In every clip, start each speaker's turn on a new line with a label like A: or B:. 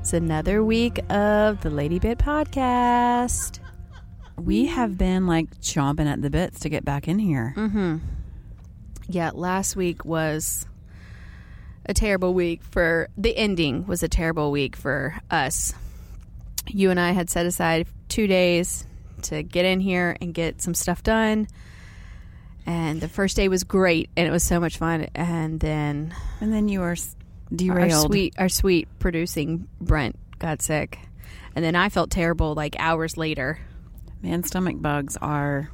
A: It's another week of the Lady Bit podcast.
B: We have been like chomping at the bits to get back in here.
A: Yeah, last week was a terrible week for the ending was a terrible week for us. You and I had set aside 2 days to get in here and get some stuff done. And the first day was great and it was so much fun and then
B: And then you are s-
A: our
B: derailed.
A: sweet our sweet producing Brent got sick. And then I felt terrible like hours later.
B: Man, stomach bugs are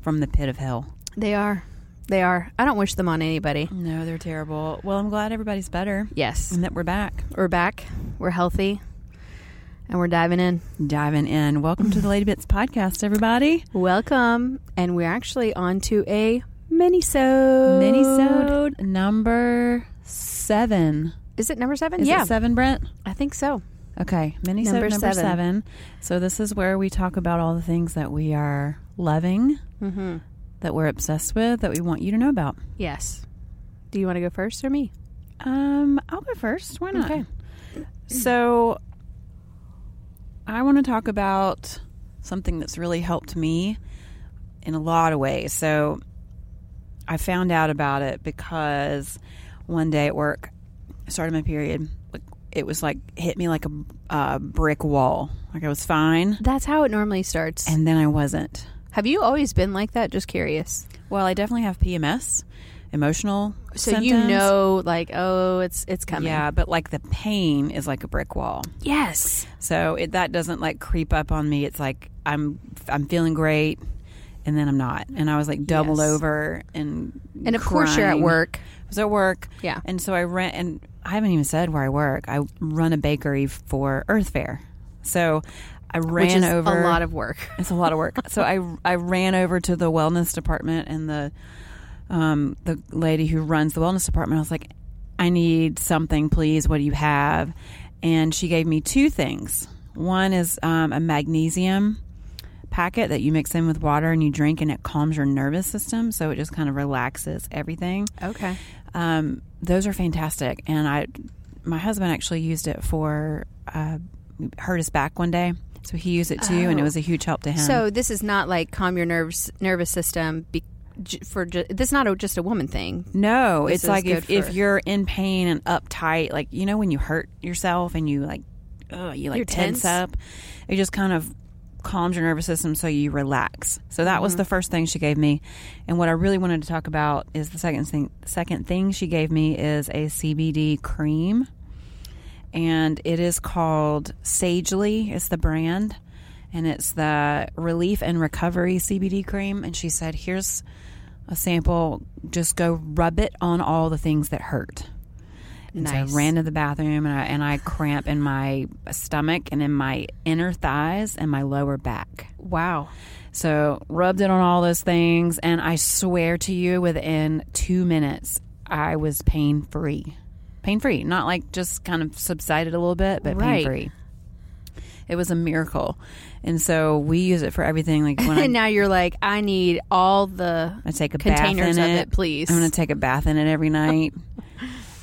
B: from the pit of hell.
A: They are. They are. I don't wish them on anybody.
B: No, they're terrible. Well, I'm glad everybody's better
A: Yes.
B: and that we're back
A: We're back. We're healthy. And we're diving in.
B: diving in. Welcome to the Lady Bits podcast, everybody.
A: Welcome. And we're actually on to a mini-sode.
B: Minisode number seven.
A: Is it number seven?
B: Is
A: yeah.
B: it seven, Brent?
A: I think so.
B: Okay, mini
A: Number
B: number, number
A: seven.
B: seven. So this is where we talk about all the things that we are loving,
A: Mm-hmm.
B: that we're obsessed with, that we want you to know about.
A: Yes. Do you want to go first or me?
B: Um, I'll go first. Why not?
A: Okay.
B: So I want to talk about something that's really helped me in a lot of ways. So I found out about it because one day at work, I started my period. Like it was like hit me like a uh, brick wall. Like I was fine,
A: That's how it normally starts.
B: and then I wasn't.
A: Have you always been like that? Just curious.
B: Well, I definitely have PMS, emotional.
A: So you
B: symptoms.
A: know, like, oh, it's it's coming.
B: Yeah, but like the pain is like a brick wall.
A: Yes.
B: So it, that doesn't like creep up on me. It's like I'm I'm feeling great, and then I'm not. And I was like doubled
A: Yes.
B: over and
A: And of course you're at
B: crying.
A: work.
B: I was at work.
A: Yeah.
B: And so I rent and I haven't even said where I work. I run a bakery for Earth Fair. So I ran
A: which is
B: over
A: a lot of work.
B: it's a lot of work. so I I ran over to the wellness department and the um the lady who runs the wellness department. I was like, I need something, please. What do you have? And she gave me two things. One is um, a magnesium packet that you mix in with water and you drink, and it calms your nervous system. So it just kind of relaxes everything
A: Okay.
B: um, those are fantastic. And I, my husband actually used it for uh, hurt his back one day, so he used it too, and it was a huge help to him.
A: So this is not like calm your nerves nervous system be, j- for ju- this is not a, just a woman thing.
B: no,
A: This
B: it's
A: is
B: like
A: good
B: if, if
A: for-
B: you're in pain and uptight, like you know when you hurt yourself and you like, oh, you like
A: You're
B: tense
A: tense.
B: up, it just kind of calms your nervous system so you relax. So that
A: Mm-hmm.
B: was the first thing she gave me. And what I really wanted to talk about is the second thing second thing she gave me is a CBD cream. and it is called Sagely. It's the brand, and it's the Relief and Recovery CBD cream. And she said, "Here's a sample. Just go rub it on all the things that hurt." And so I
A: Nice.
B: ran to the bathroom, and I, and I cramp in my stomach and in my inner thighs and my lower back.
A: Wow.
B: So rubbed it on all those things, and I swear to you, within two minutes, I was pain free. Pain free, not like just kind of subsided a little bit, but
A: Right.
B: pain free. It was a miracle, and so we use it for everything. Like when I,
A: And now you're like, I need all the
B: I take a
A: containers
B: bath
A: of
B: in
A: it, please.
B: I'm going to take a bath in it every night.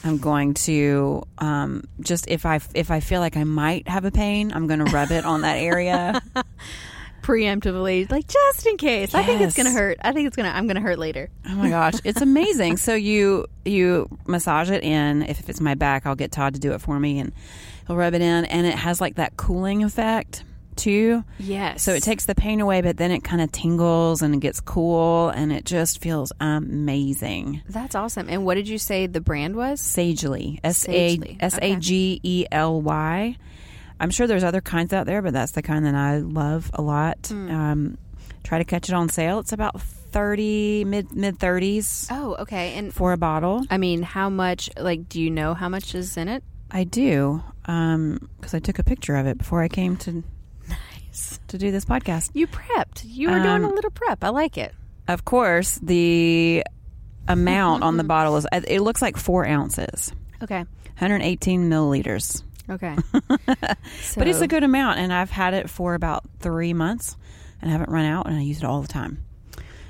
B: I'm going to um, just if I if I feel like I might have a pain, I'm going to rub it on that area.
A: preemptively, like just in case. I think it's
B: Yes.
A: gonna hurt. I think it's gonna. I'm gonna hurt later.
B: Oh my gosh, it's amazing. so you you massage it in. If, it's my back, I'll get Todd to do it for me, and he'll rub it in, and it has like that cooling effect too.
A: Yes.
B: So it takes the pain away, but then it kind of tingles and it gets cool, and it just feels amazing.
A: That's awesome. And what did you say the brand was?
B: Sagely, S
A: Sagely.
B: A S A G E L Y. I'm sure there's other kinds out there, but that's the kind that I love a lot. Um, try to catch it on sale. It's about thirty mid mid thirties
A: Oh, okay. And
B: for a bottle.
A: I mean, how much? Like, do you know how much is in it?
B: I do, because I took a picture of it before I came to to do this podcast.
A: You prepped. You were doing
B: Um,
A: a little prep. I like it.
B: Of course, the amount on the bottle is it looks like four ounces,
A: Okay.
B: 118 milliliters,
A: Okay. so,
B: but it's a good amount, and I've had it for about three months, and I haven't run out, and I use it all the time.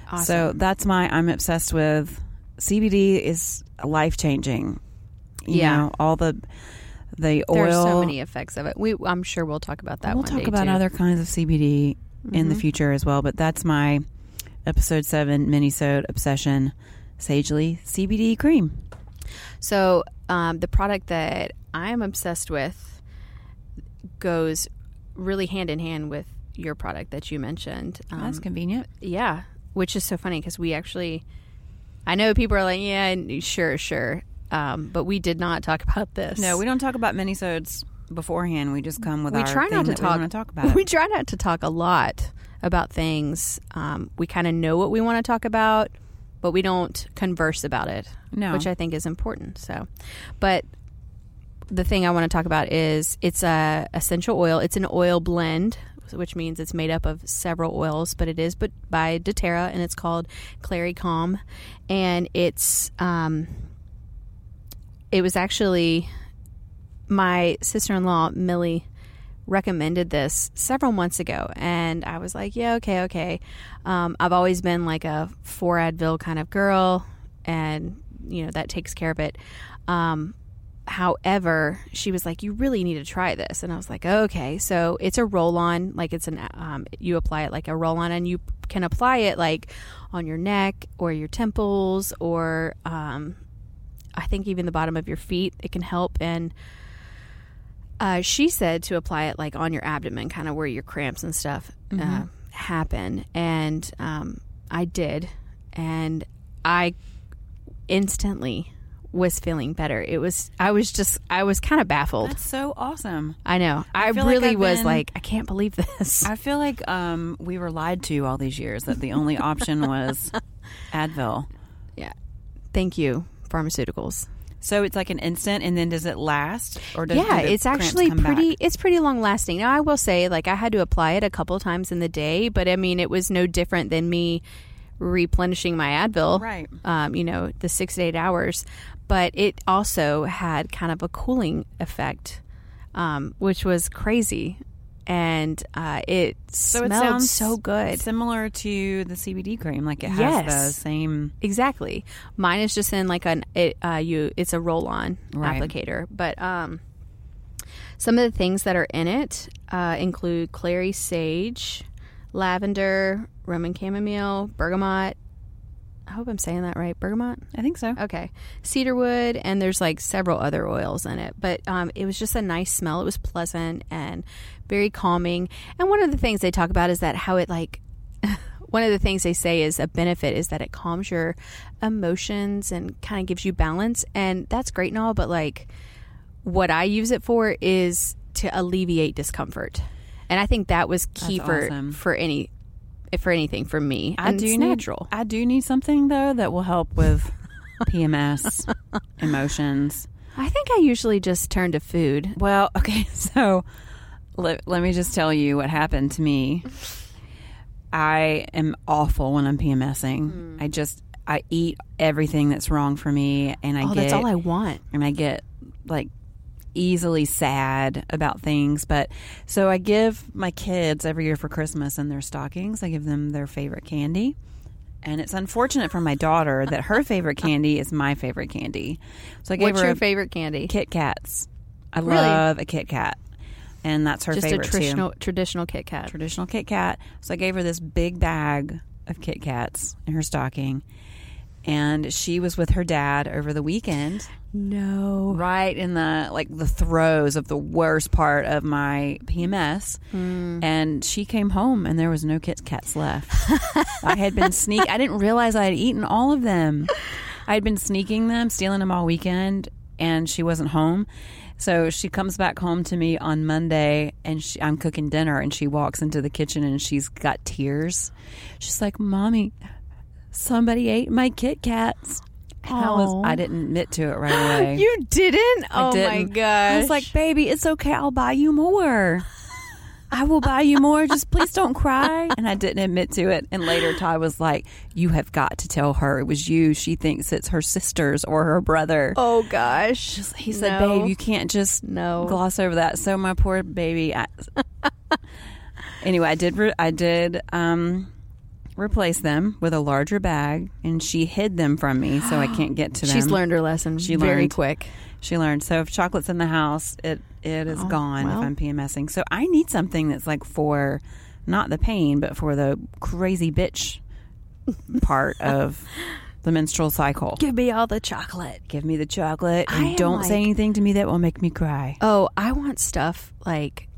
A: awesome.
B: So that's my I'm obsessed with CBD is life changing. You
A: Yeah.
B: know, all the the oil.
A: There's so many effects of it. We I'm sure we'll talk about that.
B: we'll
A: one
B: talk
A: day,
B: about
A: too.
B: other kinds of CBD in the future as well, but that's my episode seven minisode obsession. Sagely CBD cream.
A: So um, the product that I'm obsessed with goes really hand in hand with your product that you mentioned. Um,
B: that's convenient.
A: yeah, which is so funny because we actually, I know people are like, yeah, n- sure, sure, um, but we did not talk about this.
B: No, we don't talk about minisodes beforehand. We just come with
A: We
B: our
A: try not to
B: thing that
A: talk-
B: We want to talk about.
A: we try not to talk a lot about things. Um, we kind of know what we want to talk about, but we don't converse about it.
B: No.
A: which I think is important. So, but the thing I want to talk about is it's a essential oil. It's an oil blend, which means it's made up of several oils, but it is but by DoTerra, and it's called Clary Calm, and it's um, it was actually my sister in law Millie recommended this several months ago, and I was like, yeah, okay, okay. Um, I've always been like a four Advil kind of girl, and you know that takes care of it. Um, however, she was like, you really need to try this, and I was like, okay. So it's a roll on, like it's an um, you apply it like a roll on, and you can apply it like on your neck or your temples or um, I think even the bottom of your feet. It can help and uh, she said to apply it like on your abdomen, kind of where your cramps and stuff
B: Mm-hmm.
A: uh, happen. And um, I did, and I instantly was feeling better. It was I was just I was kind of baffled.
B: That's so awesome.
A: I know. I,
B: feel like
A: really
B: I've
A: was
B: been-
A: like I can't believe this.
B: I feel like um, we were lied to all these years that the only option was Advil.
A: yeah. Thank you, pharmaceuticals.
B: So it's like an instant, and then does it last? Or does
A: yeah
B: do the
A: it's
B: cramps
A: actually
B: come back?
A: pretty it's pretty long lasting now i will say like i had to apply it a couple times in the day but i mean it was no different than me replenishing my advil
B: Right.
A: um, you know the six to eight hours but it also had kind of a cooling effect um, which was crazy and uh, it
B: So
A: smelled
B: it sounds
A: so good
B: similar to the CBD cream. Like it has the
A: Yes.
B: same.
A: Exactly. Mine is just in like an it uh, you it's a roll on
B: Right.
A: applicator, but um, some of the things that are in it uh, include clary sage, lavender, Roman chamomile, bergamot. I hope I'm saying that right. Bergamot.
B: I think so.
A: Okay. Cedarwood, and there's like several other oils in it. But um, it was just a nice smell. It was pleasant and very calming. And one of the things they talk about is that how it like, one of the things they say is a benefit is that it calms your emotions and kind of gives you balance. And that's great and all, but like, what I use it for is to alleviate discomfort. And I think that was key
B: That's
A: for
B: awesome.
A: for any for anything for me. and it's
B: need-
A: natural.
B: I do need something though that will help with PMS emotions.
A: I think I usually just turn to food.
B: Well, okay, so let, let me just tell you what happened to me. I am awful when I'm PMSing.
A: Hmm.
B: I just I eat everything that's wrong for me, and I
A: Oh,
B: get
A: that's all I want.
B: and I get like easily sad about things. But so I give my kids every year for Christmas in their stockings, I give them their favorite candy. And it's unfortunate for my daughter that her favorite candy is my favorite candy. So I gave
A: What's
B: her
A: your
B: a
A: favorite candy?
B: Kit Kats. I
A: Really?
B: love a Kit Kat. And that's her
A: Just a
B: favorite too.
A: traditional traditional Kit Kat.
B: traditional Kit Kat. So I gave her this big bag of Kit Kats in her stocking. And she was with her dad over the weekend
A: No.
B: right in the like the throes of the worst part of my PMS, and she came home and there was no Kit Kats left. I had been sneak. I didn't realize I had eaten all of them. I had been sneaking them, stealing them all weekend, and she wasn't home. So she comes back home to me on Monday, and she, I'm cooking dinner, and she walks into the kitchen and she's got tears. She's like, "Mommy, somebody ate my Kit Kats." And I was
A: Aw.
B: I didn't admit to it right away.
A: You didn't?
B: I
A: Oh my
B: didn't.
A: gosh.
B: I was like, baby, it's okay. I'll buy you more. I will buy you more. Just please don't cry. And I didn't admit to it. And later, Ty was like, You have got to tell her it was you. She thinks it's her sisters or her brother.
A: oh gosh.
B: He said,
A: No.
B: Babe, you can't just
A: No.
B: gloss over that. So, my poor baby. I, anyway, I did, re- I did, um, replace them with a larger bag, and she hid them from me, so I can't get to them.
A: She's learned her lesson
B: She
A: very
B: learned.
A: quick.
B: She learned. So if chocolate's in the house, it it is
A: Oh,
B: gone
A: well.
B: if I'm PMSing. So I need something that's like for not the pain, but for the crazy bitch part of the menstrual cycle.
A: Give me all the chocolate.
B: Give me the chocolate
A: I am
B: and don't say
A: like-
B: anything to me that will make me cry.
A: Oh, I want stuff like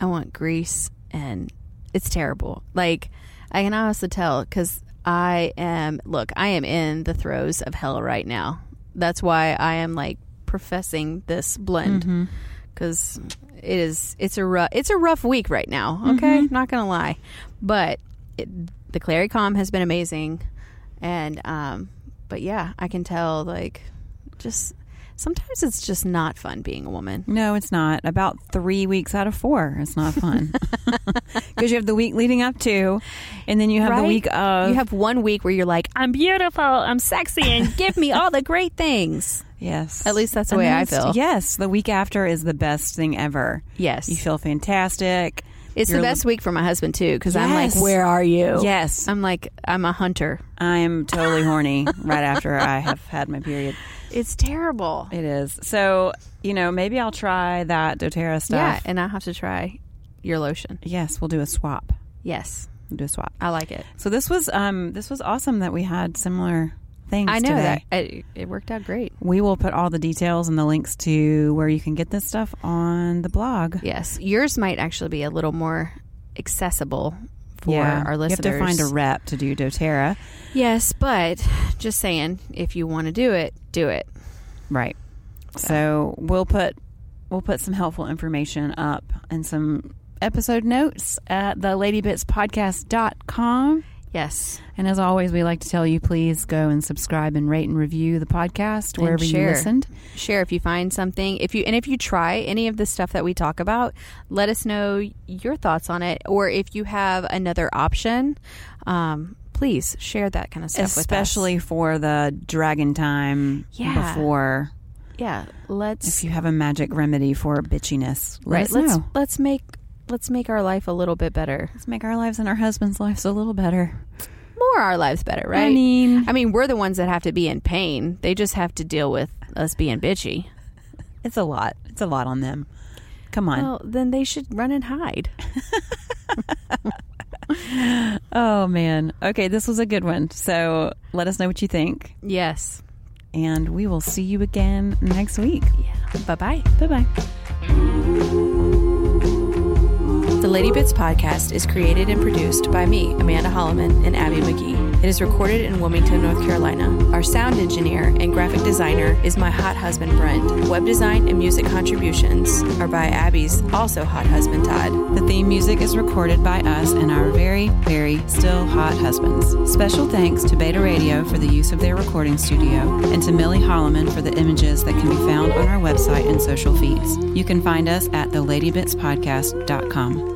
A: I want grease and it's terrible. Like I can honestly tell cuz I am look, I am in the throes of hell right now. That's why I am like professing this blend cuz it is it's a rough it's a rough week right now, okay? Not going to lie. But it, the Claricom has been amazing and um but yeah, I can tell like just sometimes it's just not fun being a woman.
B: No, it's not. About three weeks out of four, it's not fun because you have the week leading up to, and then you have the
A: Right?
B: week of.
A: You have one week where you're like, I'm beautiful, I'm sexy, and give me all the great things.
B: yes,
A: At least that's the
B: And
A: way
B: then
A: I
B: it's-
A: feel.
B: Yes, the week after is the best thing ever.
A: Yes.
B: You feel fantastic.
A: it's the
B: you're-
A: best week for my husband, too, because I'm like,
B: Yes.
A: where are you?
B: Yes,
A: I'm like, I'm a hunter.
B: I'm Um, totally horny right after I have had my period.
A: It's terrible.
B: It is so. You know, maybe I'll try that DoTerra
A: Yeah,
B: stuff.
A: and I have to try your lotion.
B: Yes, we'll do a swap.
A: Yes,
B: We'll do a swap.
A: I like it.
B: So this was um this was awesome that we had similar things.
A: I know
B: today.
A: that. It, it worked out great.
B: We will put all the details and the links to where you can get this stuff on the blog.
A: Yes. Yours might actually be a little more accessible for our listeners.
B: You have to find a rep to do doTERRA.
A: yes, but just saying, if you want to do it, do it.
B: Right. So we'll put we'll put some helpful information up and some episode notes at the ladybitspodcast.com.
A: Yes.
B: And as always, we like to tell you please go and subscribe and rate and review the podcast
A: And
B: wherever you
A: share.
B: listened.
A: share if you find something if you and if you try any of the stuff that we talk about let us know your thoughts on it or if you have another option um, please share that kind of stuff
B: Especially for the dragon time
A: Yeah. with
B: before
A: us yeah let's
B: if you have a magic remedy for bitchiness. Let
A: right
B: us
A: let's
B: know.
A: let's make let's make our life a little bit better
B: Let's make our lives and our husbands' lives a little better.
A: more our lives better right
B: I mean,
A: I mean, we're the ones that have to be in pain they just have to deal with us being bitchy
B: it's a lot. It's a lot on them. Come on.
A: well then they should run and hide
B: Oh man. Okay, this was a good one. So let us know what you think,
A: yes
B: and we will see you again next week.
A: yeah bye-bye
B: Bye bye.
A: The Lady Bits podcast is created and produced by me, Amanda Holloman, and Abby McGee. It is recorded in Wilmington, North Carolina. Our sound engineer and graphic designer is my hot husband, Brent. Web design and music contributions are by Abby's also hot husband, Todd.
B: The theme music is recorded by us and our very, very still hot husbands. Special thanks to Beta Radio for the use of their recording studio and to Millie Holloman for the images that can be found on our website and social feeds. You can find us at theladybitspodcast.com.